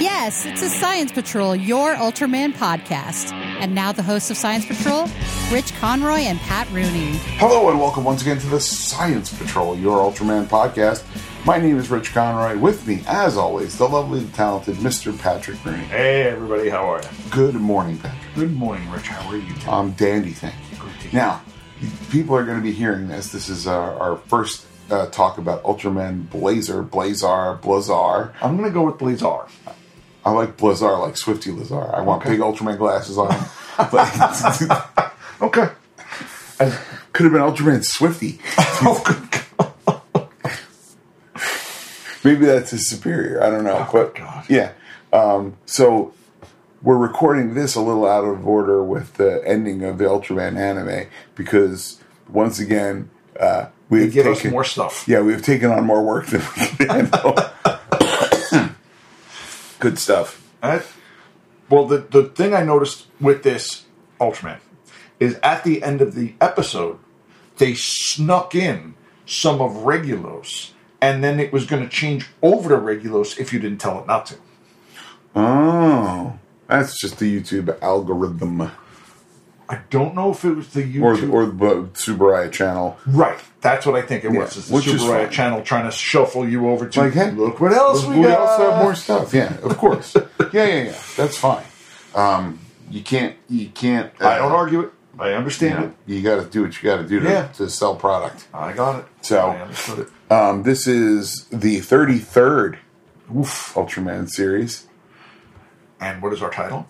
Yes, it's a Science Patrol, your Ultraman podcast. And now the hosts of Science Patrol, Rich Conroy and Pat Rooney. Hello and welcome once again to the Science Patrol, your Ultraman podcast. My name is Rich Conroy. With me, as always, the lovely, talented Mr. Patrick Rooney. Hey everybody, how are you? Good morning, Patrick. Good morning, Rich. How are you? today? I'm dandy, thank you. Now, people are going to be hearing this. This is our, our first uh, talk about Ultraman Blazer, Blazar, Blazar. I'm gonna go with Blazar. I like Blazar like Swifty Lazar. I want Okay. big Ultraman glasses on. but Okay. could have been Ultraman Swifty. Oh, good God. Maybe that's his superior. I don't know. but Oh, God. yeah. Um, so we're recording this a little out of order with the ending of the Ultraman anime because once again uh, we have Give us taken more stuff. yeah we have taken on more work than we can handle. Good stuff. I- well, the the thing I noticed with this Ultraman is at the end of the episode, they snuck in some of Regulos, and then it was going to change over to Regulos if you didn't tell it not to. Oh, that's just the YouTube algorithm I don't know if it was the or YouTube the, or the Subaraya channel. right. That's what I think it Yeah, was. It's the which is fine. Super channel trying to shuffle you over to Like, hey, look what else we, we got. also have more stuff. Yeah, of course. yeah, yeah, yeah. That's fine. Um, you can't. You can't. uh, I don't argue it. I understand it. You got to do what you got to do to, Yeah. to sell product. I got it. So- I understood it. Um, this is the 33rd Ultraman series, And what is our title?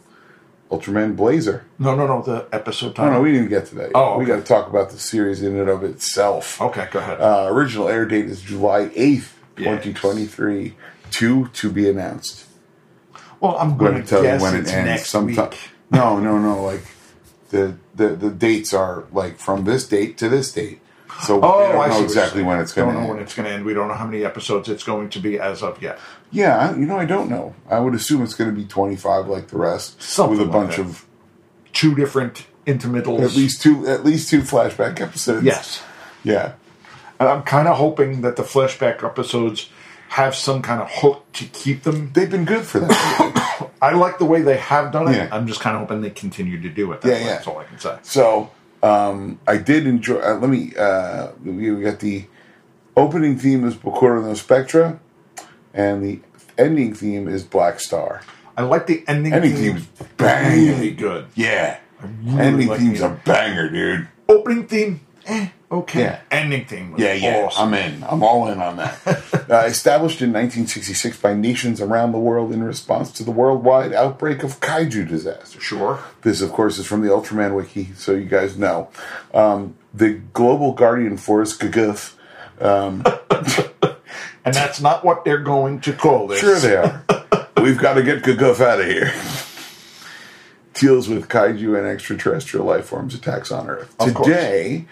Ultraman Blazer. No, no, no. The episode No, title. no, we didn't get to that. yet. Oh, we okay. got to talk about the series in and of itself. okay, go ahead. Uh, original air date is July 8th, Yes. 2023. Two to be announced. well, I'm I'm going going to to tell guess you when it it's ends. next Sometime. week. No, no, no. Like the, the the dates are like from this date to this date. So Oh, we don't I see what know you're exactly saying. when it's going Don't to know end. when it's going to end. We don't know how many episodes it's going to be as of yet. Yeah, I- you know, I don't know. I would assume it's going to be 25 like the rest, Something with a like bunch that. of Two different intermittals. at least two at least two flashback episodes. Yes. Yeah. And I'm kind of hoping that the flashback episodes have some kind of hook to keep them. They've been good for that. I like the way they have done it. Yeah. I'm just kind of hoping they continue to do it. Yeah, That's, yeah. that's all I can say. so, um, I did enjoy uh, let me uh we we got the opening theme is Bokura no Spectra and the ending theme is Black Star. I like the ending. Ending theme. theme's banging. Really good. Yeah. really ending like theme's the- a banger, dude. Opening theme, eh, okay. Yeah. Ending theme was Yeah, yeah, awesome. I'm in. I'm all in on that. uh, established in 1966 by nations around the world in response to the worldwide outbreak of kaiju disaster. sure. This, of course, is from the Ultraman Wiki, so you guys know. Um, the Global Guardian Force, Gaguf. And that's not what they're going to call this. Sure they are. We've got to get Gaguf out of here. Deals with kaiju and extraterrestrial life forms attacks on Earth. Of course. Today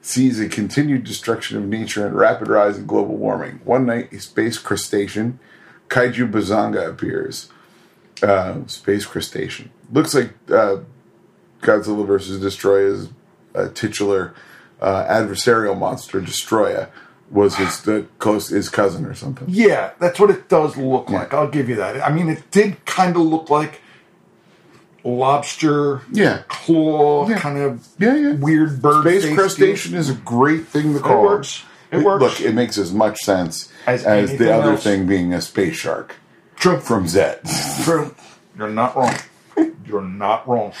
sees a continued destruction of nature and rapid rise in global warming. One night, a space crustacean, Kaiju Bazanga, appears. Uh, space crustacean. Looks like uh, Godzilla versus Destroya's uh, titular uh, adversarial monster, Destroya, was his the close his cousin or something. Yeah, that's what it does look like. I'll give you that. I mean, it did kind of look like lobster, Yeah. claw, Yeah. kind of Yeah, yeah. weird bird Space face crustacean is a great thing to call. works. It works. Look, it makes as much sense as, As anything the other else. thing being a space shark deal. True, from Zed. true. You're not wrong. You're not wrong.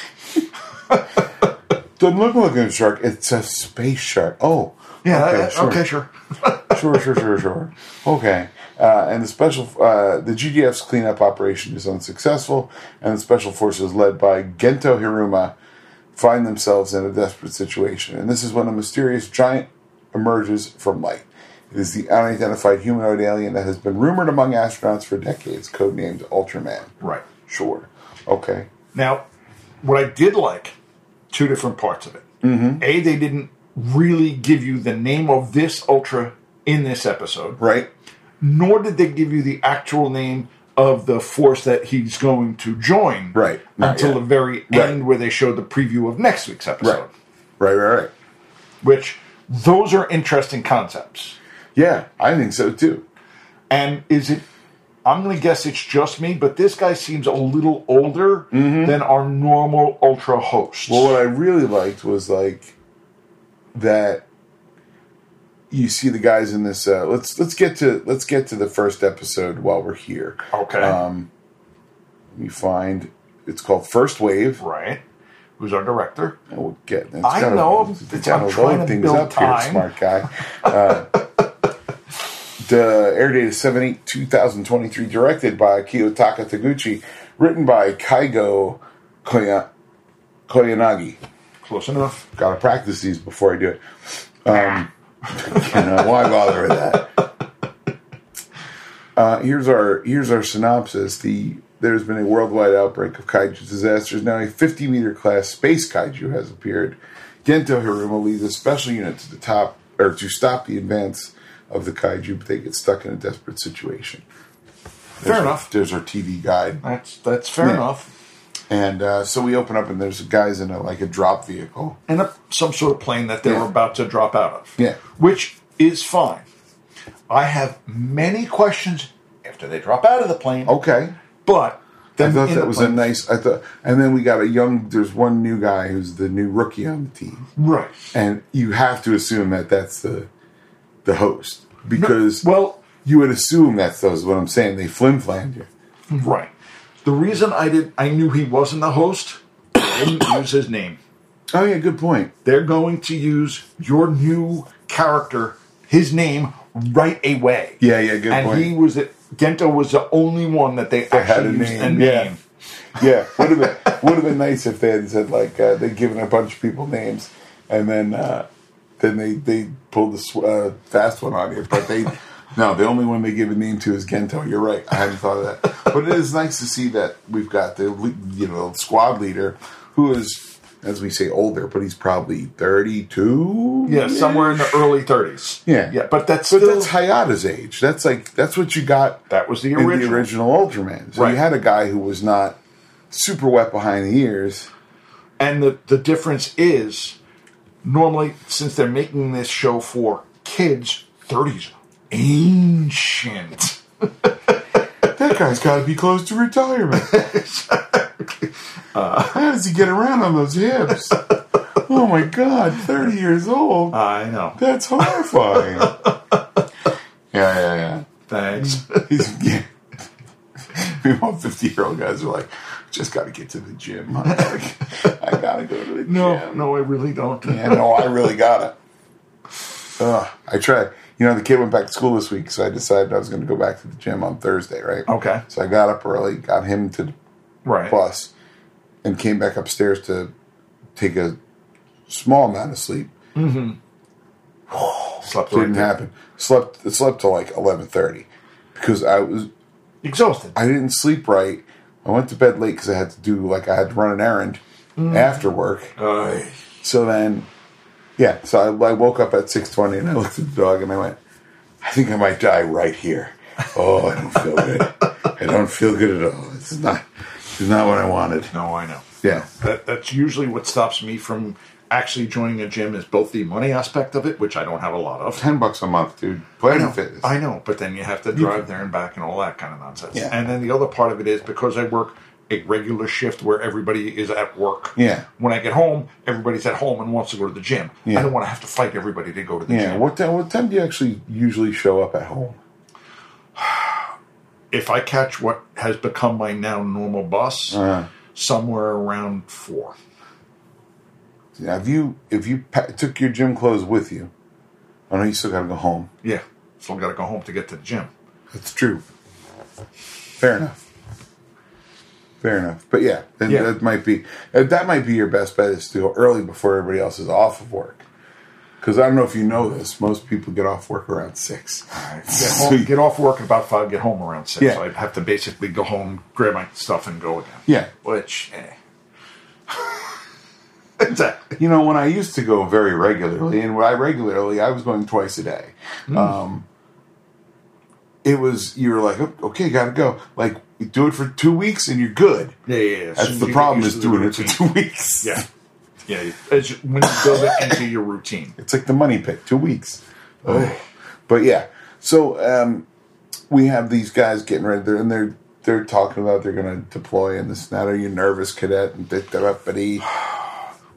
Doesn't look like a shark. It's a space shark. Oh, Yeah. Okay, Okay. sure. Uh, okay sure. sure, sure, sure, sure. Okay. Uh, and the special, uh, the GDF's cleanup operation is unsuccessful, and the special forces led by Gento Hiruma find themselves in a desperate situation. And this is when a mysterious giant emerges from light. It is the unidentified humanoid alien that has been rumored among astronauts for decades, codenamed Ultraman. Right. Sure. Okay. Now, what I did like, two different parts of it. Mm-hmm. A, they didn't really give you the name of this ultra in this episode, Right? nor did they give you the actual name of the force that he's going to join Right. Not until yet. the very Right. end where they showed the preview of next week's episode. Right. Right, right, right. Which those are interesting concepts. Yeah, I think so too. And is it I'm going to guess it's just me, but this guy seems a little older than our normal Ultra hosts. Mm-hmm. Well, what I really liked was like that you see the guys in this. Uh, let's let's get to let's get to the first episode while we're here. okay. um, We find it's called First Wave. right. Who's our director? And we'll get. it's I gotta- know, it's it's- gotta I'm trying to build time. smart guy. Uh, the air date is 7 8 2023, directed by Kiyotaka Taguchi, written by Kaigo Koya- Koyanagi. Close enough. Gotta practice these before I do it. Um, you know, why bother with that? Uh, here's our here's our synopsis. The there's been a worldwide outbreak of kaiju disasters. Now a 50 meter class space kaiju has appeared. Gento Hiruma leads a special unit to the top or to stop the advance of the kaiju, but they get stuck in a desperate situation. Fair enough. There's our TV guide. That's that's fair Yeah. enough. And uh, so we open up and there's guys in a like a drop vehicle. And a, some sort of plane that they Yeah. were about to drop out of. Yeah. Which is fine. I have many questions after they drop out of the plane. Okay. But Oh. I then thought in that the was a plane- nice. I thought, and then we got a young. There's one new guy who's the new rookie on the team, right. and you have to assume that that's the the host because Well, you would assume that's those. What I'm saying, they flim flammed you. right. The reason I did I knew he wasn't the host, I didn't use his name. Oh yeah, good point. They're going to use your new character, his name, right away. Yeah, yeah, good and point. he was the, Gento was the only one that they actually had a used name, a yeah. name. Yeah, would have been would have been nice if they had said like uh, they'd given a bunch of people names, and then uh, then they they pulled the sw- uh, fast one on you. But they no, the only one they give a name to is Gento. You're right. I hadn't thought of that. But it is nice to see that we've got the le- you know squad leader who is as we say older, but he's probably thirty two. Yeah, somewhere in the early 30s. Yeah. Yeah, but that's But still, that's Hayata's age. That's like that's what you got that was the in original. the original Ultraman. So you Right. had a guy who was not super wet behind the ears. And the, the difference is normally, since they're making this show for kids, 30s, ancient. That guy's got to be close to retirement. How does he get around on those hips? oh my God, 30 years old. I know. That's horrifying. yeah, yeah, yeah. Thanks. He's, yeah. Meanwhile, 50 year old guys are like, just got to get to the gym. I got to go to the No, gym. no, I really don't. Yeah, no, I really got it. Ugh, I tried. You know, the kid went back to school this week, so I decided I was going to go back to the gym on Thursday, right? Okay. So I got up early, got him to the Right. bus, and came back upstairs to take a small amount of sleep. Slept right Didn't there. happen. Slept slept till like eleven thirty because I was Exhausted. I didn't sleep right. I went to bed late because I had to do like I had to run an errand after work. Uh, So then, yeah. So I, I woke up at six twenty and I looked at the dog and I went, I think I might die right here. Oh, I don't feel good. I don't feel good at all. This is not. This is not what I wanted. no, I know. Yeah. That, that's usually what stops me from actually joining a gym is both the money aspect of it, which I don't have a lot of. Ten bucks a month, dude. Planet Fitness. I know, but then you have to drive there and back and all that kind of nonsense. Yeah. And then the other part of it is because I work a regular shift where everybody is at work. Yeah. When I get home, everybody's at home and wants to go to the gym. Yeah. I don't want to have to fight everybody to go to the yeah. gym. What time? What time do you actually usually show up at home? If I catch what has become my now normal bus, Uh-huh. somewhere around four. Now, if you if you pa- took your gym clothes with you, I know you still got to go home. Yeah. So I've got to go home to get to the gym. That's true. Fair enough. Fair enough. But yeah, then Yeah. that might be uh, that might be your best bet is to go early before everybody else is off of work. Because I don't know if you know this, most people get off work around six. Get, home, get off work at about five, get home around six. Yeah. So I'd have to basically go home, grab my stuff, and go again. Yeah. Which, eh. exactly. You know, when I used to go very regularly, and when I regularly, I was going twice a day. Hmm. Um, it was you were like, "Oh, okay, gotta go. Like, you do it for two weeks and you're good. Yeah, yeah, yeah. As soon That's as the you get problem used is to the doing it for routine. two weeks. Yeah. Yeah. you- As you, when you build it into your routine. Oh. It's like the money pit, two weeks. But yeah, so um, we have these guys getting ready, they're, and they're they're talking about they're going to deploy and this and that. Are you nervous, cadet? And da- da- da- ba- dee.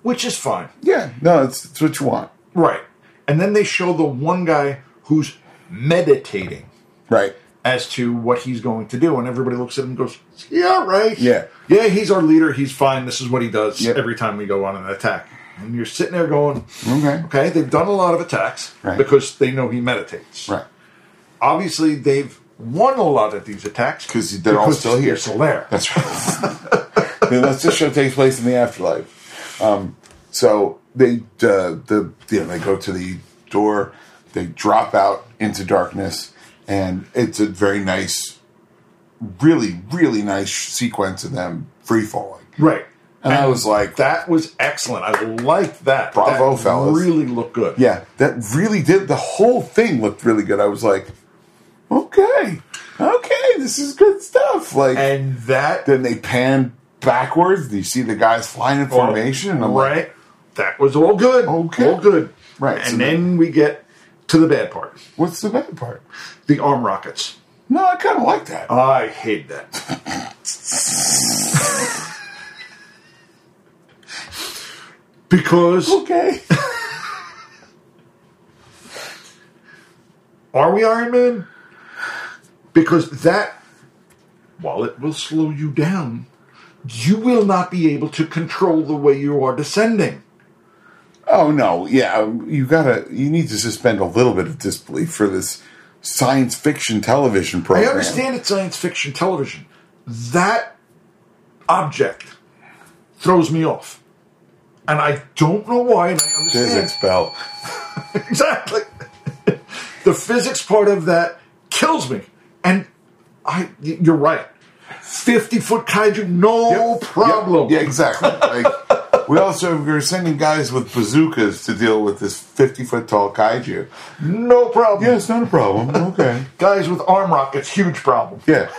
which is fine. yeah, no, it's, it's what you want, Right. And then they show the one guy who's meditating right? as to what he's going to do. And everybody looks at him and goes, Yeah, right. Yeah. Yeah, he's our leader. He's fine. This is what he does Yep. every time we go on an attack. And you're sitting there going, Okay, Okay, they've done a lot of attacks Right. because they know he meditates. right? Obviously, they've won a lot of these attacks 'Cause they're all still here. They're still there. That's right. Unless this show takes place in the afterlife. Um, so they uh, the you know, they go to the door, they drop out into darkness, and it's a very nice, really really nice sequence of them free falling. Right. And I was like, That was excellent. I liked that. Bravo, that fellas. Really looked good. yeah, that really did. The whole thing looked really good. I was like, okay, okay, this is good stuff. Like, And that then they pan backwards. and You see the guys flying in formation, and I'm like, right. that was all good. Okay. All good. Right, And so then we get to the bad part what's the bad part? the arm rockets. No, I kind of like that. I hate that. because okay. are we Iron Man? Because that, while it will slow you down, you will not be able to control the way you are descending. oh no, yeah, um, you gotta, you need to suspend a little bit of disbelief for this science fiction television I program. understand it's science fiction television. That object throws me off. And I don't know why, and I understand. Physics bell. exactly. the physics part of that kills me. And I, y- you're right. 50 foot kaiju, no problem. Yeah, exactly. Like, we also we're sending guys with bazookas to deal with this fifty foot tall kaiju. No problem. Yeah, it's not a problem. Okay. Guys with arm rockets, huge problem. Yeah.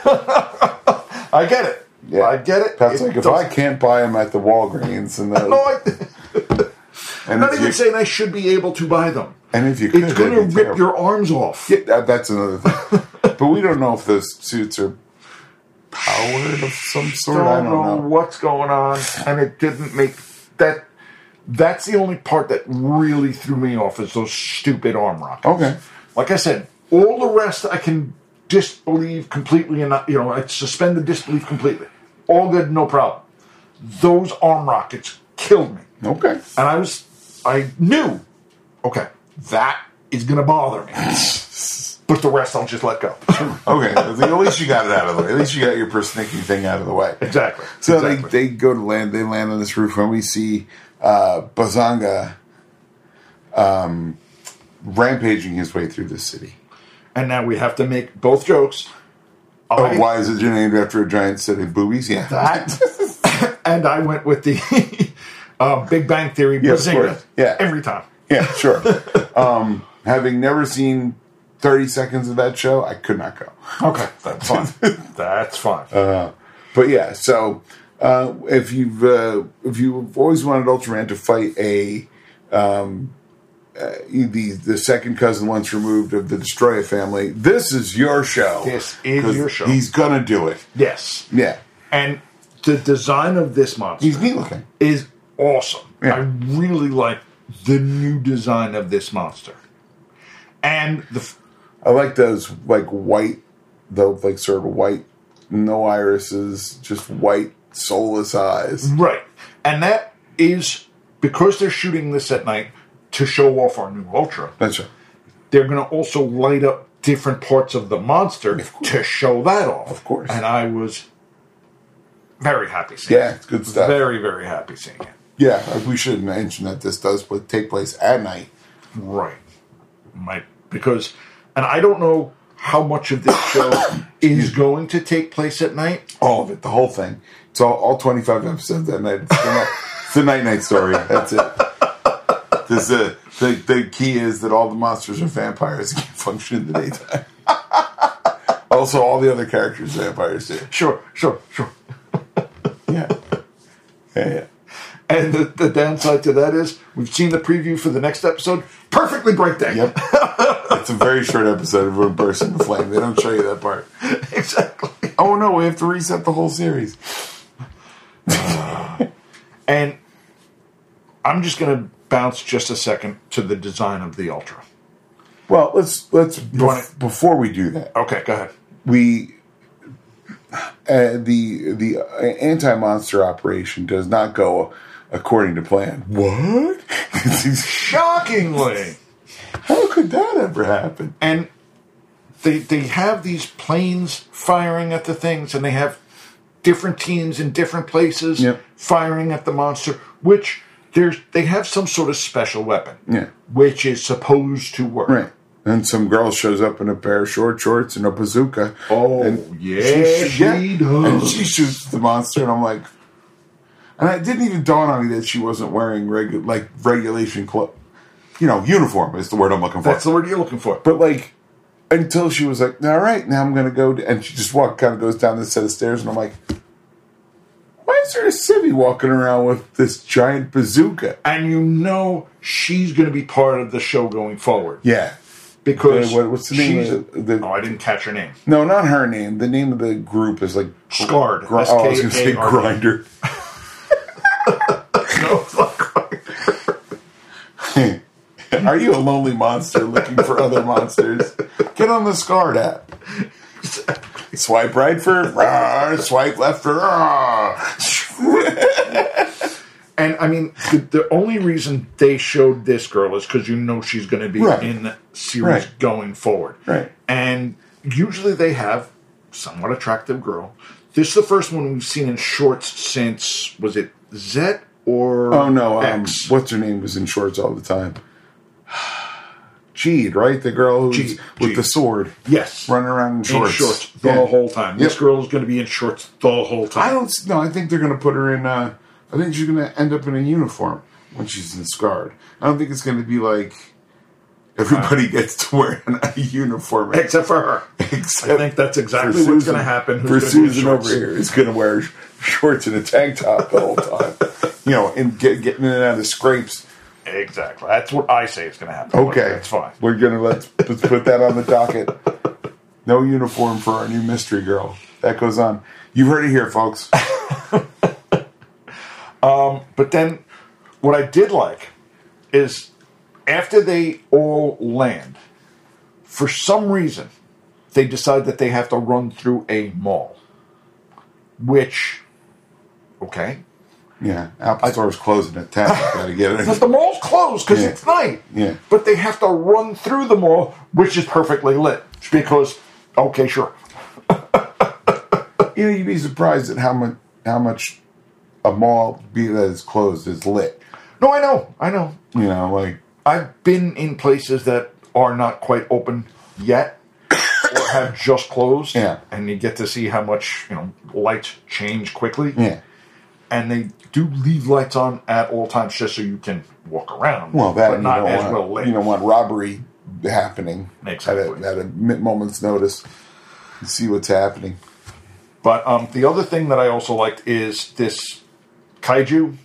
I get it. Yeah. I get it. That's It like if I doesn't- can't buy them at the Walgreens and the, No, I. and I'm not if even you- saying I should be able to buy them. And if you could, it's that'd going be to rip terrible. your arms off. Yeah, that, that's another thing. but we don't know if those suits are powered of some sort. I don't know. what's going on, and it didn't make that. That's the only part that really threw me off is those stupid arm rockets. Okay. Like I said, all the rest I can disbelieve completely, and not, you know, I suspend the disbelief completely. All good, no problem. Those arm rockets killed me, Okay. and I was, I knew, okay, that is going to bother me. But the rest I'll just let go. Okay. At least you got it out of the way. At least you got your persnickety thing out of the way. exactly. So exactly. they, they go to land. They land on this roof, and we see uh, Bazanga um, rampaging his way through the city. and now we have to make both jokes. Oh, I- why is it named after a giant set of boobies? Yeah. that, and I went with the uh, Big Bang Theory of Bazinga course. Yeah. every time. Yeah, sure. um, having never seen 30 seconds of that show, I could not go. Okay, that's fine. that's fine. Uh, But yeah, so uh, if you've uh, if you've always wanted Ultraman to fight a um, uh, the the second cousin once removed of the Destroyer family, this is your show. This is 'Cause your show. He's gonna do it. yes, Yeah, and the design of this monster he's neat looking. is awesome. Yeah. I really like the new design of this monster, and the f- I like those like white, the like sort of white, no irises, just white soulless eyes. right, and that is because they're shooting this at night to show off our new Ultra. That's right. they're going to also light up different parts of the monster to show that off. Of course. And I was very happy seeing Yeah, it. it's good stuff. Very, very happy seeing it. Yeah, like, we should mention that this does pl- take place at night. Right. Right. Because, and I don't know how much of this show is going to take place at night. All of it, the whole thing. It's all, all 25 episodes that night. It's the, night, it's the night night story. That's it. This, uh, the, the key is that all the monsters are vampires and can function in the daytime. also, all the other characters are vampires too. Sure, sure, sure. Yeah. Yeah, yeah. And the, the downside to that is we've seen the preview for the next episode. Perfectly bright day. Yep. It's a very short episode of When Burst into Flame. They don't show you that part. exactly. Oh no, we have to reset the whole series. And I'm just going to bounce just a second to the design of the Ultra. Well, let's let's wanna- bef- before we do that, Okay, go ahead. we uh, the the anti monster operation does not go according to plan. What? Shockingly. How could that ever happen? and they they have these planes firing at the things, and they have different teams in different places Yep. firing at the monster. Which there's they have some sort of special weapon, Yeah. which is supposed to work. Right. And some girl shows up in a pair of short shorts and a bazooka. Oh, and yeah, shoots- she And does. she shoots the monster, and I'm like, and it didn't even dawn on me that she wasn't wearing regu- like regulation clothes. You know, uniform is the word I'm looking for. That's the word you're looking for. But like until she was like, "All right, now I'm gonna go," d-" and she just walk kind of goes down this set of stairs, and I'm like, "Why is there a civvy walking around with this giant bazooka?" and you know she's going to be part of the show going forward Yeah. because Uh, what- what's the name she's- of the- the- oh, I didn't catch her name. No, not her name. The name of the group is like Scarred. Gr- oh, I was gonna say S K A R D. Grinder. No, it's not quite. Are you a lonely monster looking for other monsters? Get on the Scarred app. Swipe right for rah, swipe left for ah. rah. And I mean, the, the only reason they showed this girl is because you know she's going to be Right. in the series Right. going forward. Right. And usually they have somewhat attractive girl. This is the first one we've seen in shorts since was it Zet or Oh no, um, X? what's her name was in shorts all the time. Jeed, right? The girl who's Jeed, with Jeed. the sword yes, running around in shorts. in shorts the Yeah. whole time. This Yep. girl is going to be in shorts the whole time. I don't s- no, I think they're gonna put her in uh I think she's gonna end up in a uniform when she's in Scarred. I don't think it's gonna be like everybody gets to wear an- a uniform Uh, except for her. except I think that's for exactly what's Susan- going to happen. for Who's gonna be in Susan over shorts. here is gonna wear sh- shorts and a tank top the whole time. you know, and get, getting in and out of scrapes. Exactly. That's what I say is going to happen. Okay, that's fine. We're gonna let's, let's put that on the docket. No uniform for our new mystery girl. That goes on. You've heard it here, folks. But then what I did like is after they all land, for some reason, they decide that they have to run through a mall. Which, okay. Yeah, Apple Store's closing at ten. Got to get But it. the mall's closed because Yeah. it's night. Yeah. But they have to run through the mall, which is perfectly lit. Because, okay, sure. You know, you'd be surprised at how much how much a mall be that is closed is lit. No, I know. I know. You know, like I've been in places that are not quite open yet or have just closed. Yeah. And you get to see how much, you know, lights change quickly. yeah. And they do leave lights on at all times just so you can walk around. Well, that but and not you as don't well want lit. you don't want robbery happening at Exactly. a, at a mi- moment's notice. You see what's happening. But um, the other thing that I also liked is this kaiju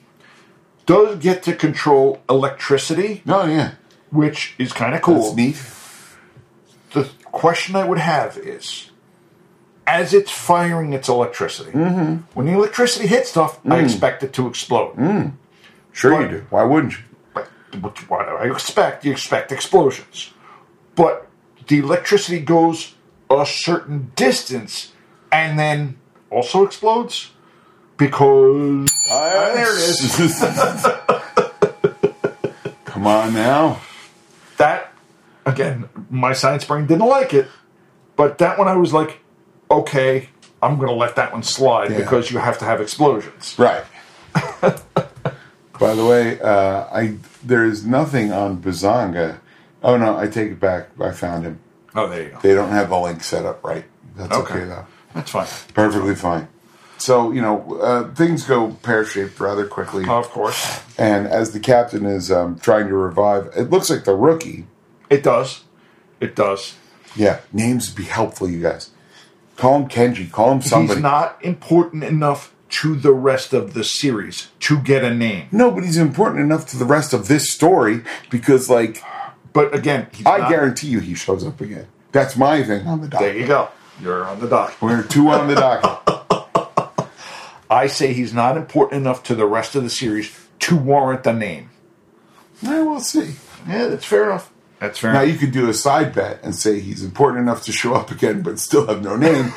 does get to control electricity, Oh yeah, which is kind of that's cool. neat. the question I would have is as it's firing its electricity, when the electricity hits stuff, I expect it to explode. Sure But- you do. Why wouldn't you? But what what do I expect? You expect explosions. But the electricity goes a certain distance and then also explodes because Ah, there it is. Come on now. that again my science brain didn't like it but that one i was like okay i'm gonna let that one slide Yeah. because you have to have explosions Right. By the way, uh, I there is nothing on Bazanga. Oh no, I take it back. I found him. oh there you go They don't have the link set up right. That's Okay. okay though. That's fine. Perfectly fine. So you know uh, things go pear shaped rather quickly, Of course. and as the captain is um, trying to revive, it looks like the rookie. It does. It does. Yeah, names be helpful, you guys. Call him Kenji. Call him somebody. He's not important enough to the rest of the series to get a name. No, but he's important enough to the rest of this story because, like, But again, he's I not- guarantee you he shows up again. That's my thing on the There docket. you go. You're on the dock. We're two on the docket. I say he's not important enough to the rest of the series to warrant the name. I will see. Yeah, that's fair enough. That's fair Now enough. you could do a side bet and say he's important enough to show up again, but still have no name.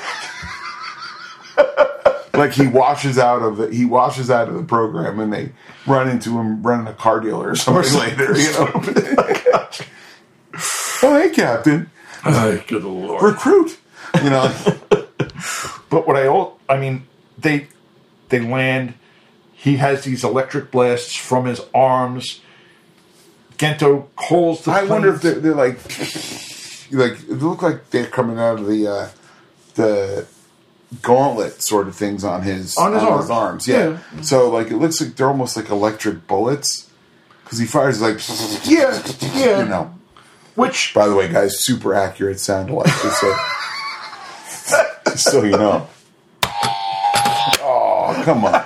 like he washes out of the he washes out of the program, and they run into him running a car dealer or something later. You know. oh hey, Captain, good lord. recruit. You know, But what I all I mean, they they land. He has these electric blasts from his arms. Gento calls the. I wonder if planes. they're, they're like like it looked like they're coming out of the uh, the gauntlet sort of things on his On his arms. arms. Yeah. Yeah. So like it looks like they're almost like electric bullets because he fires like Yeah, yeah. you know. Which By the way, guys, super accurate sound alike. Just so, just so you know. Oh come on!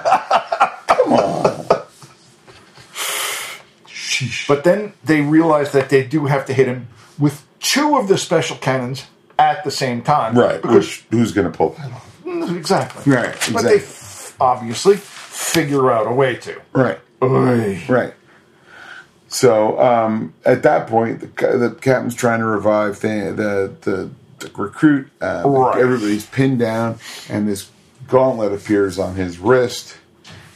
But then they realize that they do have to hit him with two of the special cannons at the same time. Right. Because, Which who's going to pull that off? Mm, exactly. Right, But they exactly. f- obviously figure out a way to. Right. Oy. Right. So um, at that point, the, ca- the captain's trying to revive the the, the, the recruit. Uh, Right. Everybody's pinned down, and this gauntlet appears on his wrist,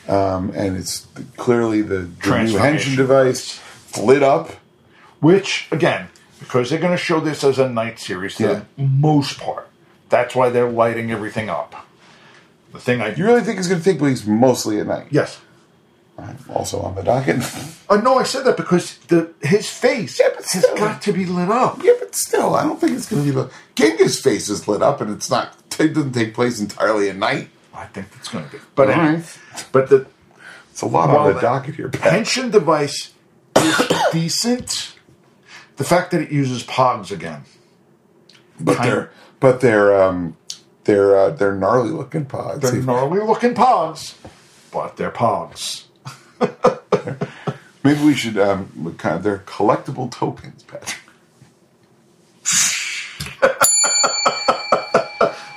um, and it's clearly the, the new Transformation. henshin device lit up. Which, again, because they're going to show this as a night series to Yeah. the most part, that's why they're lighting everything up. The thing I. You really think it's going to take place mostly at night? yes. Also on the docket. Uh, no, I said that because the his face Yeah, but has still. got to be lit up. yeah, but still, I don't think it's going to be the Genghis face is lit up, and it's not. It doesn't take place entirely at night. I think it's going to be. But, All anyway, right. but the It's a lot Well, on the that- docket here. Pat. pension device is decent. The fact that it uses pogs again. But kind- they're but they're um they're uh, they're gnarly looking pods. They're gnarly looking pogs, but they're pogs. Maybe we should um we kind of, they're collectible tokens, Patrick.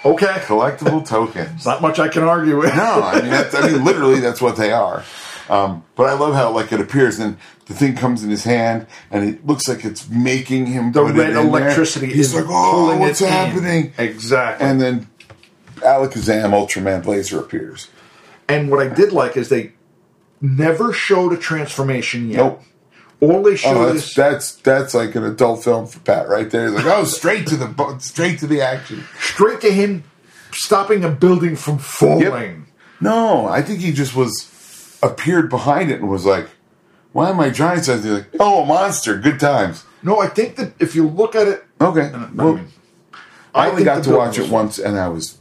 Okay. Collectible tokens. Not much I can argue with. No, I mean that's, I mean literally that's what they are. Um, but I love how like it appears and the thing comes in his hand and it looks like it's making him The put it red in there." electricity He's is like, oh, pulling what's it in." happening? Exactly. And then Alakazam Ultraman Blazer appears. And what I did like is they never showed a transformation yet. Nope. All they showed Oh, is that's, that's that's like an adult film for Pat right there. He's like, oh, straight to the bu- straight to the action. straight to him stopping a building from falling. No, I think he just was appeared behind it and was like, "Why am I giant size?" He's like, "Oh, a monster. Good times." No, I think that if you look at it, Okay. I, Well, mean, I think only got the to watch building it was- once, and I was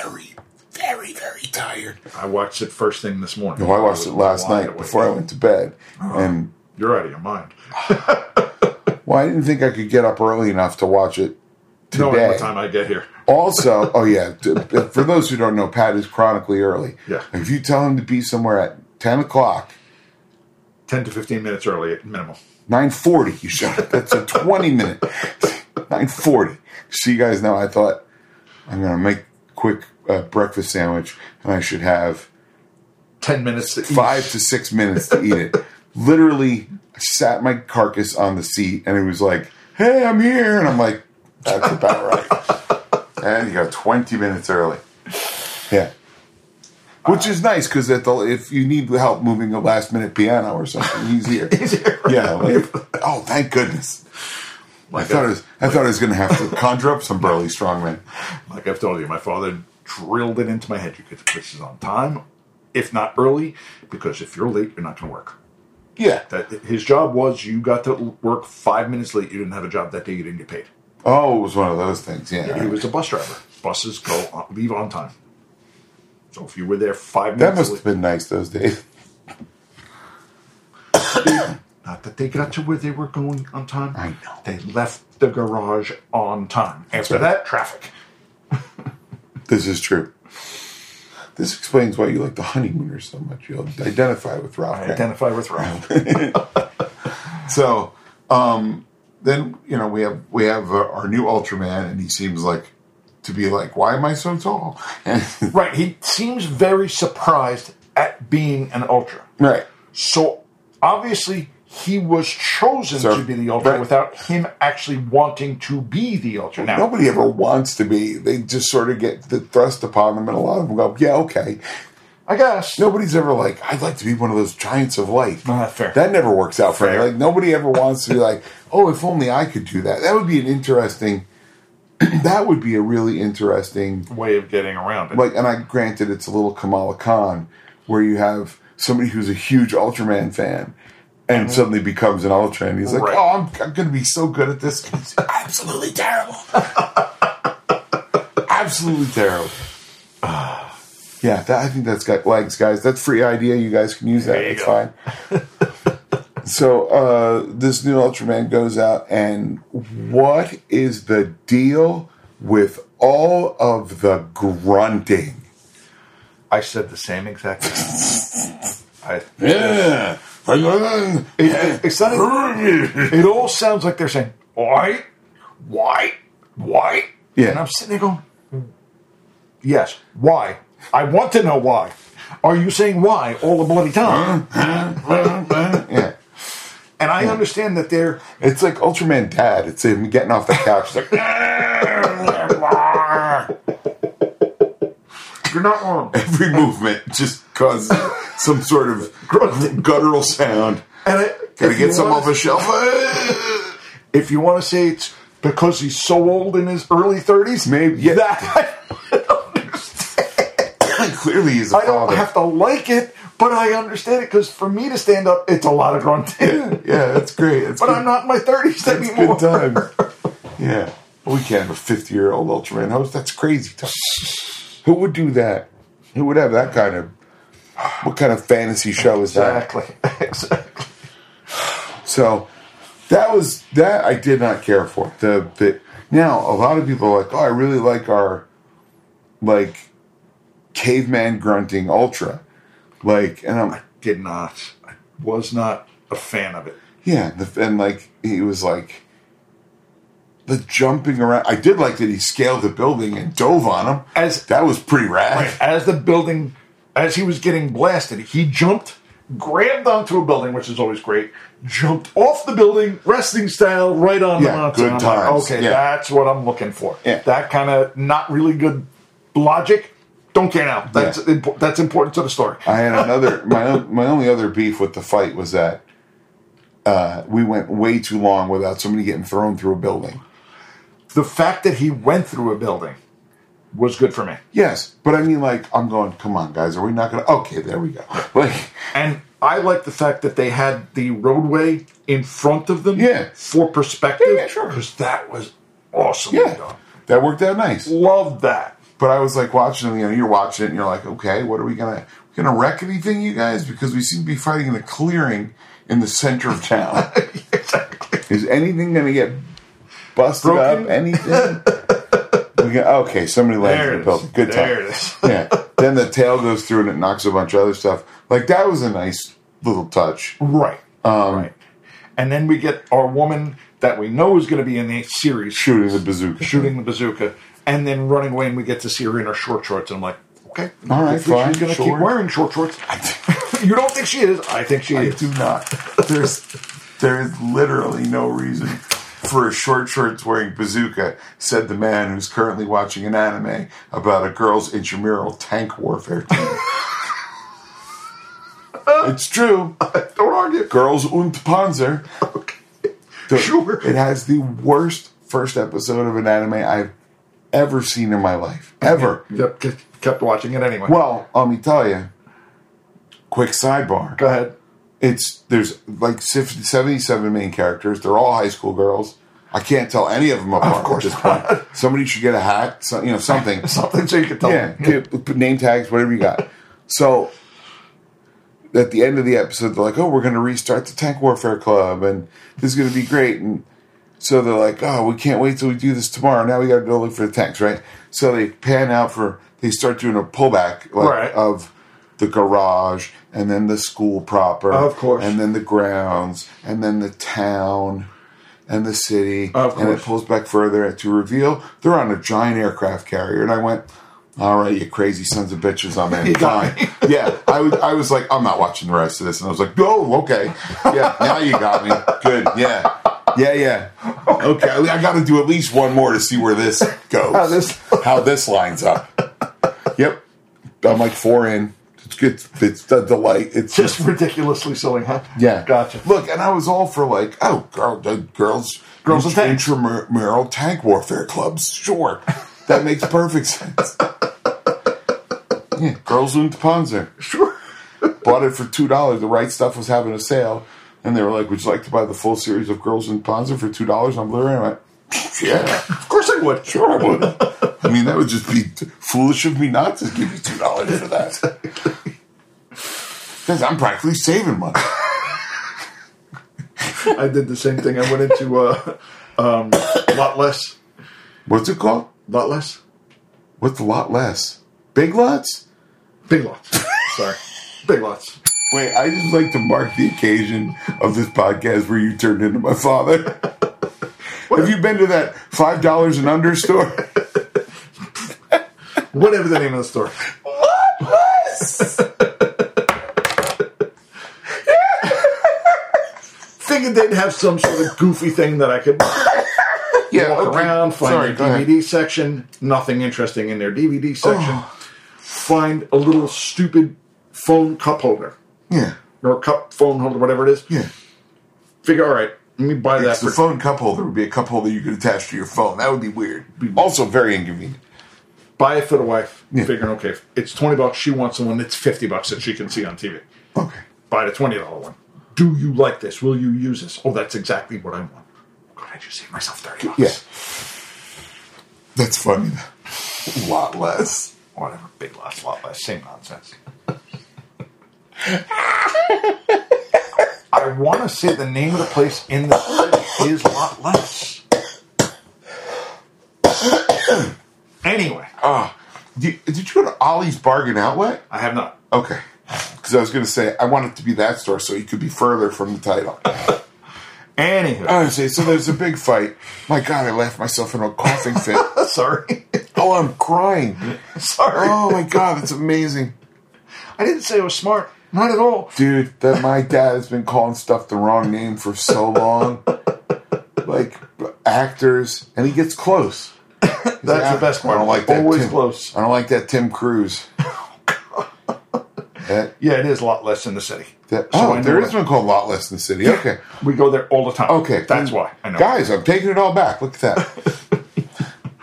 very, very, very tired. I watched it first thing this morning. No, I watched it last Wide night awake. Uh-huh. before I went to bed, and You're out of your mind. well, I didn't think I could get up early enough to watch it today. Knowing what time I get here. Also, oh yeah, d- for those who don't know, Pat is chronically early. Yeah. If you tell him to be somewhere at ten o'clock, 10 to 15 minutes early at minimum. nine forty, you shut up. That's a twenty minute. Nine forty. So you guys know, I thought I'm gonna make a quick uh, breakfast sandwich, and I should have 10 minutes to eat. five to six minutes to eat it. Literally, I sat my carcass on the seat, and it was like, "Hey, I'm here," and I'm like, "That's about right." and you got 20 minutes early. Yeah, which is nice because if you need help moving a last minute piano or something, he's here. Yeah. like, oh, thank goodness. I Like thought, I- I was, I thought I was going to have to conjure up some burly strongman. Like I've told you, my father drilled it into my head. You get this is on time, if not early, because if you're late, you're not going to work. Yeah. That his job was you got to l- work five minutes late. You didn't have a job that day. You didn't get paid. Oh, it was one of those things. He Yeah. was a bus driver. Buses go on, leave on time. So if you were there five That minutes must have late, been nice those days. not that they got to where they were going on time. I know. They left the garage on time. After right. that, traffic. This is true. This explains why you like the honeymooners so much. You'll identify with Ralph. I Kent. identify with Ralph. So, um, then you know we have we have uh, our new Ultraman, and he seems like to be like, why am I so tall? And, Right. He seems very surprised at being an Ultra. right. So obviously he was chosen Sir, to be the Ultra right. without him actually wanting to be the Ultra. Now, Nobody ever wants to be. They just sort of get the thrust upon them, and a lot of them go, "Yeah, okay." I guess. Nobody's ever like, "I'd like to be one of those giants of light." Ah, fair. That never works out for me. Fair. Like nobody ever wants to be like, "Oh, if only I could do that." That would be an interesting. that would be a really interesting way of getting around it. like and I granted it's a little Kamala Khan where you have somebody who's a huge Ultraman fan and suddenly becomes an Ultra and he's like, Right. Oh, I'm, I'm gonna be so good at this. It's absolutely terrible. absolutely terrible. Yeah, that, I think that's got legs, guys. That's free idea. You guys can use that. you It's go. fine. so uh, this new Ultraman goes out, and what is the deal with all of the grunting? I said the same exact thing. I, Yeah. it, it's not it all sounds like they're saying, why? Why? Why? Yeah. And I'm sitting there going, yes, why? I want to know why. Are you saying why all the bloody time? yeah. And I understand that they're It's like Ultraman Dad. It's him getting off the couch. It's like you're not wrong. every movement just causes some sort of guttural sound. And I, Gotta if get you some wanna- off a shelf. If you want to say it's because he's so old in his early 30s, Maybe, yeah. That, Clearly, he's a I don't father. have to like it, but I understand it because for me to stand up, it's a lot of grunting. yeah, that's great. That's but good. I'm not in my 30s That's anymore. good times. yeah. We can't have a 50 year old Ultraman host. That's crazy. talk. Who would do that? Who would have that kind of. What kind of fantasy show is that? Exactly. exactly. So that was that I did not care for. The, the now a lot of people are like, oh, I really like our like caveman grunting ultra, like, and I'm like, Did not. I was not a fan of it. yeah, the, and like he was like the jumping around. I did like that he scaled the building and dove on him. As- that was pretty rad. As the building, as he was getting blasted, he jumped, grabbed onto a building, which is always great, jumped off the building, wrestling style, right on Yeah, the mountain. good I'm like, times. okay, Yeah. that's what I'm looking for. Yeah. That kind of not really good logic. Don't care now. That's Yeah. impo- that's important to the story. I had another my o- my only other beef with the fight was that uh, we went way too long without somebody getting thrown through a building. the fact that he went through a building was good for me. Yes, but I mean, like, I'm going. Come on, guys, are we not going to? Okay, there we go. Like, And I like the fact that they had the roadway in front of them Yeah. for perspective. Yeah, yeah, sure. Because that was awesome. yeah, that worked out nice. Love that. But I was like watching. You know, you're watching it, and you're like, okay, what are we gonna? We gonna wreck anything, you guys? Because we seem to be fighting in a clearing in the center of town. Is anything gonna get busted Broken? up? Anything? we go, okay, somebody landed in the building. Good time. There it is. yeah. Then the tail goes through and it knocks a bunch of other stuff. Like that was a nice little touch. right. Um, right. And then we get our woman that we know is going to be in the series Shooting the bazooka. shooting the bazooka and then running away and we get to see her in her short shorts. And I'm like, okay. All right, hopefully fine, She's going to sure. keep wearing short shorts. you don't think she is? I think she I is. do not. There's there is literally no reason for a short shorts wearing bazooka, said the man who's currently watching an anime about a girl's intramural tank warfare team. it's true. Uh, Don't argue. Girls und Panzer. The- Sure. It has the worst first episode of an anime I've ever seen in my life. Ever. Yep, kept- kept watching it anyway. Well, let me tell you. Quick sidebar. Go ahead. it's there's like 50 77 main characters. They're all high school girls. I can't tell any of them apart course at this point. Somebody should get a hat, so, you know, something. Something so you can tell yeah, me. get- put name tags, whatever you got. So at the end of the episode, they're like, "Oh, we're going to restart the Tank Warfare Club, and this is going to be great." And so they're like, "Oh, we can't wait till we do this tomorrow. Now we got to go look for the tanks, right?" So they pan out for they start doing a pullback like, Right. of the garage, and then the school proper, Of course. and then the grounds, and then the town. and the city, Of and it course. pulls back further to reveal they're on a giant aircraft carrier. And I went, "All right, you crazy sons of bitches, I'm in." You got Fine. yeah, I was, I was like, "I'm not watching the rest of this," and I was like, "Oh, okay, yeah, now you got me, good, yeah." Yeah, yeah. Okay, I got to do at least one more to see where this goes. How this- how this lines up. Yep, I'm like four in. It's good. It's a delight. It's Just ridiculously silly, huh? yeah, Gotcha. Look, and I was all for like, oh, girl, the girls, Girls with tanks. intramural tank warfare clubs. Sure, that makes perfect sense. yeah, girls in the Panzer. Sure. Bought it for two dollars. The right stuff was having a sale, and they were like, "Would you like to buy the full series of Girls in Panzer for two dollars on Blu-ray?" I went, "Yeah, Of course I would. sure I would." I mean, that would just be foolish of me not to give you two dollars for that. Because I'm practically saving money. I did the same thing. I went into uh, um, lot less, What's it called? lot less, What's a lot less? Big lots? big lots. Sorry, big lots. Wait, I just like to mark the occasion of this podcast where you turned into my father. Have you been to that five dollars and under store? Whatever the name of the store. Figured they'd have some sort of goofy thing that I could yeah, walk okay. around, find Sorry, the go ahead. DVD section. Nothing interesting in their DVD section. Oh. Find a little stupid phone cup holder Yeah, or cup phone holder, whatever it is. yeah. Figure, all right, let me buy that It's the for phone cup holder would be a cup holder you could attach to your phone. That would be weird. Also, very inconvenient. buy it for the wife, figuring okay, it's twenty bucks. She wants the one that's fifty bucks that she can see on TV. Okay. Buy the twenty dollar one. Do you like this? Will you use this? Oh, that's exactly what I want. God, I just saved myself thirty bucks. Yeah. That's funny. A lot less. whatever. Big lots, lot less, same nonsense. I want to say the name of the place in the city is lot less. anyway, Ah, did, did you go to Ollie's Bargain Outlet? I have not. Okay. Because I was going to say, I want it to be that store so you could be further from the title. Anywho, I say, so there's a big fight. My God, I laughed myself into a coughing fit. sorry, Oh, I'm crying. sorry. Oh, my God, it's amazing. I didn't say I was smart. Not at all. Dude, that my dad has been calling stuff the wrong name for so long. Like, actors. And he gets close. That's the best part. I don't like that. Always Tim- close. I don't like that Tim Cruise. That, Yeah, it is a lot less in the city. that, So I oh, know there that. is one called Lot Less Than City. Okay. We go there all the time. Okay, then- that's why. I know. Guys, I'm taking it all back. Look at that.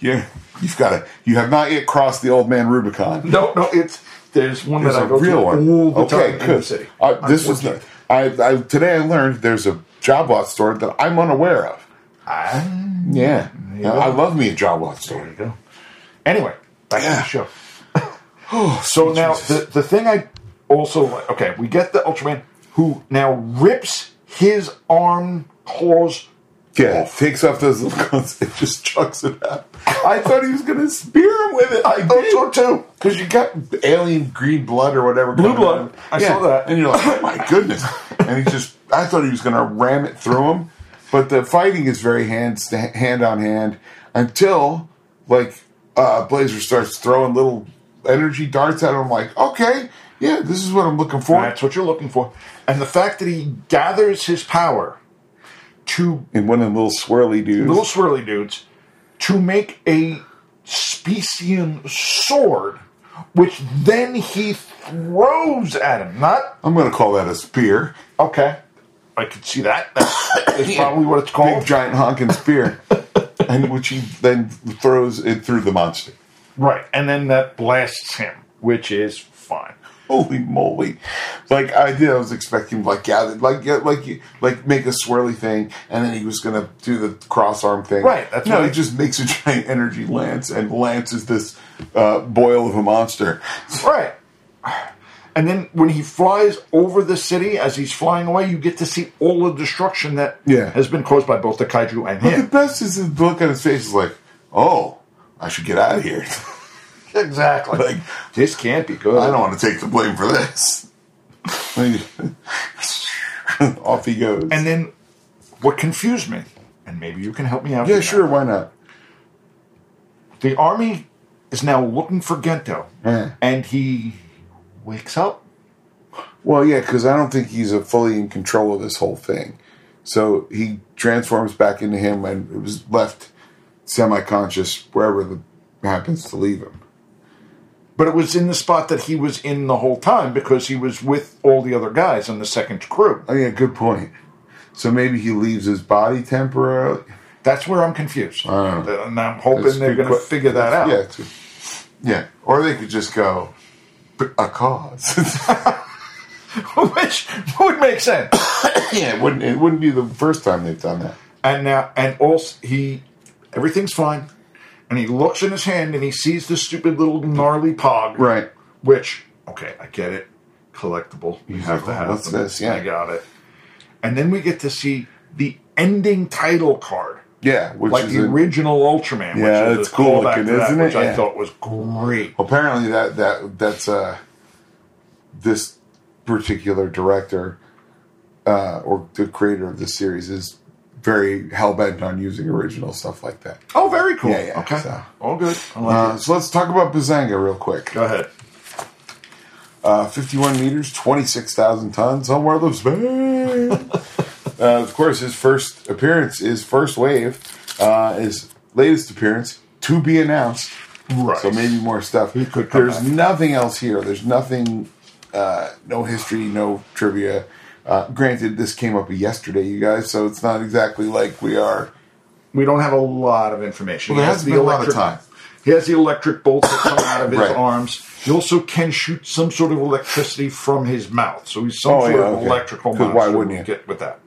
yeah, you've got to. You have not yet crossed the old man Rubicon. No, no, it's there's one There's that a I go real to one. all the okay, time in the good. city. Uh, this was Unfortunately. the, I, I today. I learned there's a job lot store that I'm unaware of. Ah, Yeah, go. I love me a job lot store. there you go. Anyway, back to Yeah. Oh, the show. so now the, the thing I also like, okay, we get the Ultraman who now rips his arm claws. Yeah, takes off those little guns and just chucks it out. I thought he was gonna spear him with it. I did so Oh, too. because you got alien green blood or whatever. Blue coming blood. out of it. I saw that. and you're like, oh my goodness. And he just, I thought he was gonna ram it through him, but the fighting is very hand hand on hand until like uh, Blazer starts throwing little energy darts at him. I'm like, okay, yeah, this is what I'm looking for. That's what you're looking for. And the fact that he gathers his power to And one of them little swirly dudes. little swirly dudes to make a specium sword, which then he throws at him. Not I'm gonna call that a spear. okay. I could see that. That's, that's Yeah. probably what it's Big called. giant honking spear, and which he then throws it through the monster. right, and then that blasts him, which is fine. Holy moly! Like I did, I was expecting like gather, like yeah, like you- like make a swirly thing, and then he was gonna do the cross arm thing. Right, that's no, what he I- just makes a giant energy lance, and lances this uh, boil of a monster. Right. And then when he flies over the city as he's flying away, you get to see all the destruction that Yeah. has been caused by both the kaiju and The him. best is the look on his face is like, oh, I should get out of here. exactly. Like, this can't be good. I don't want to take the blame for this. Like, Off he goes. And then What confused me, and maybe you can help me out. Yeah, here. sure, why not? The army is now looking for Gento, Yeah. and he wakes up. Well, yeah, because I don't think he's uh fully in control of this whole thing. So he transforms back into him and it was left semi conscious wherever the happens to leave him. But it was in the spot that he was in the whole time because he was with all the other guys on the second crew. Oh, yeah, good point. So maybe he leaves his body temporarily. That's where I'm confused. Uh, And I'm hoping Uh, That's a they're good going to que- figure that out. Yeah, it's a- yeah. Or they could just go "B- a cause. Which would make sense. yeah, it wouldn't. It wouldn't be the first time they've done that. and now, and also, he, everything's fine. And he looks in his hand and he sees this stupid little gnarly pog. Right. Which, okay, I get it. Collectible. You have to like, have "What's them. this?" Yeah. I got it. And then we get to see the ending title card. Yeah, which Like is the a- original Ultraman, Yeah, which is it's a cool callback looking, to that, isn't it? which I Yeah. thought was great. apparently that that that's uh this particular director uh or the creator of the series is very hell bent on using original stuff like that. Oh, very cool. Yeah, yeah, okay, so- all good. I like Uh, so let's talk about Bazanga real quick. it. Go ahead. Uh, 51 meters, 26,000 tons, somewhere in space. uh, of course, his first appearance, his first wave, uh, his latest appearance, to be announced. Right. So maybe more stuff. He could come There's back. nothing else here. There's nothing, uh, no history, no trivia. Uh, granted, this came up yesterday, you guys, so it's not exactly like we are. we don't have a lot of information. Well, there He has hasn't been a lot of electric- time. He has the electric bolts that come out of his Right. arms. He also can shoot some sort of electricity from his mouth. So he's some Oh, sort yeah, of okay. electrical 'Cause why monster. wouldn't you? get with that?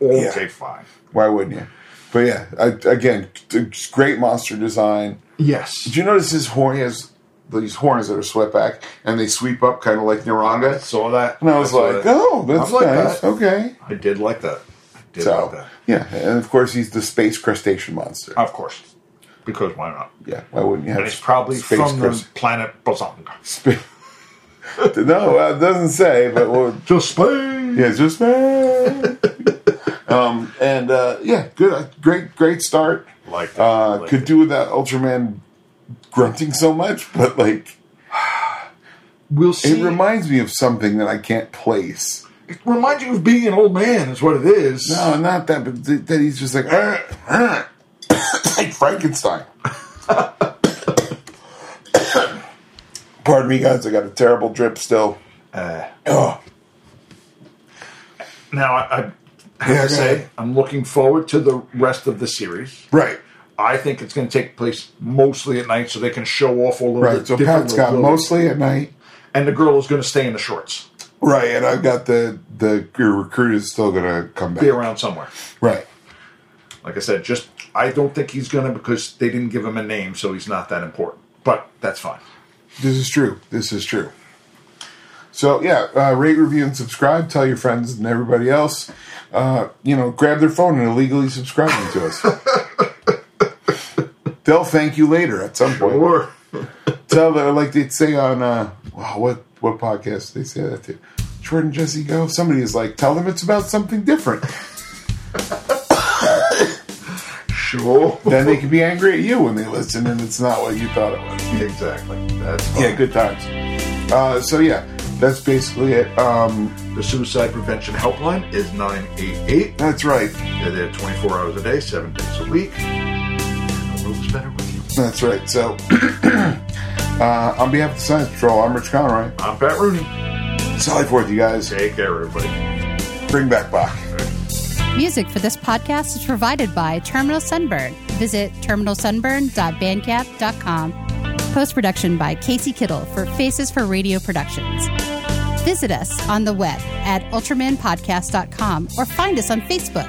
Okay, Yeah. fine. Why wouldn't you? But yeah, I, again, it's great monster design. Yes. Did you notice his horn? He has these horns that are swept back, and they sweep up kind of like Naranga. saw that. And I was saw like, that. oh, that's I like nice. that. Okay. I did like that. I did like So, that. yeah. And of course, he's the space crustacean monster. Of course. Because why not? Yeah. Why wouldn't you have And it's probably from crust- the planet Bozanga. no, uh, it doesn't say, but we'll, Just space. yeah, it's just man. um, and uh, yeah, good, great, great start. Like that. uh, like could that. do without Ultraman grunting so much, but like We'll see. it reminds me of something that I can't place. It reminds you of being an old man, is what it is. No, not that, but th- that he's just like, "Arr, arr," like Frankenstein. Pardon me, guys. I got a terrible drip still. oh, Now, I, I have Yeah, go to say, ahead. I'm looking forward to the rest of the series. right, I think it's going to take place mostly at night, so they can show off all of right. the So different Pat's got abilities. mostly at night. and the girl is going to stay in the shorts, Right, and I've got the the your recruit is still gonna come back. be around somewhere. Right. Like I said, just I don't think he's going to because they didn't give him a name, so he's not that important. But that's fine. This is true. This is true. So yeah, uh, rate, review, and subscribe. Tell your friends and everybody else. Uh, you know, grab their phone and illegally subscribe them to us. They'll thank you later at some point. Or Tell them like they say on uh, wow, what what podcast they say that to? Jordan Jesse Go. Somebody is like, tell them it's about something different. sure, then they can be angry at you when they listen and it's not what you thought it was. exactly. That's fine. Yeah, good times. Uh, so yeah, that's basically it. Um, The suicide prevention helpline is nine eight eight. that's right. They're there 24 hours a day, seven days a week. And the world is better with you. That's right. So uh, on behalf of the Science Patrol, I'm Rich Conroy. I'm Pat Rooney. Sally Forth, you guys. Take care, everybody. Bring back Bach. Music for this podcast is provided by Terminal Sunburn. Visit terminalsunburn.bandcamp.com. Post production by Casey Kittle for Faces for Radio Productions. Visit us on the web at ultramanpodcast.com or find us on Facebook.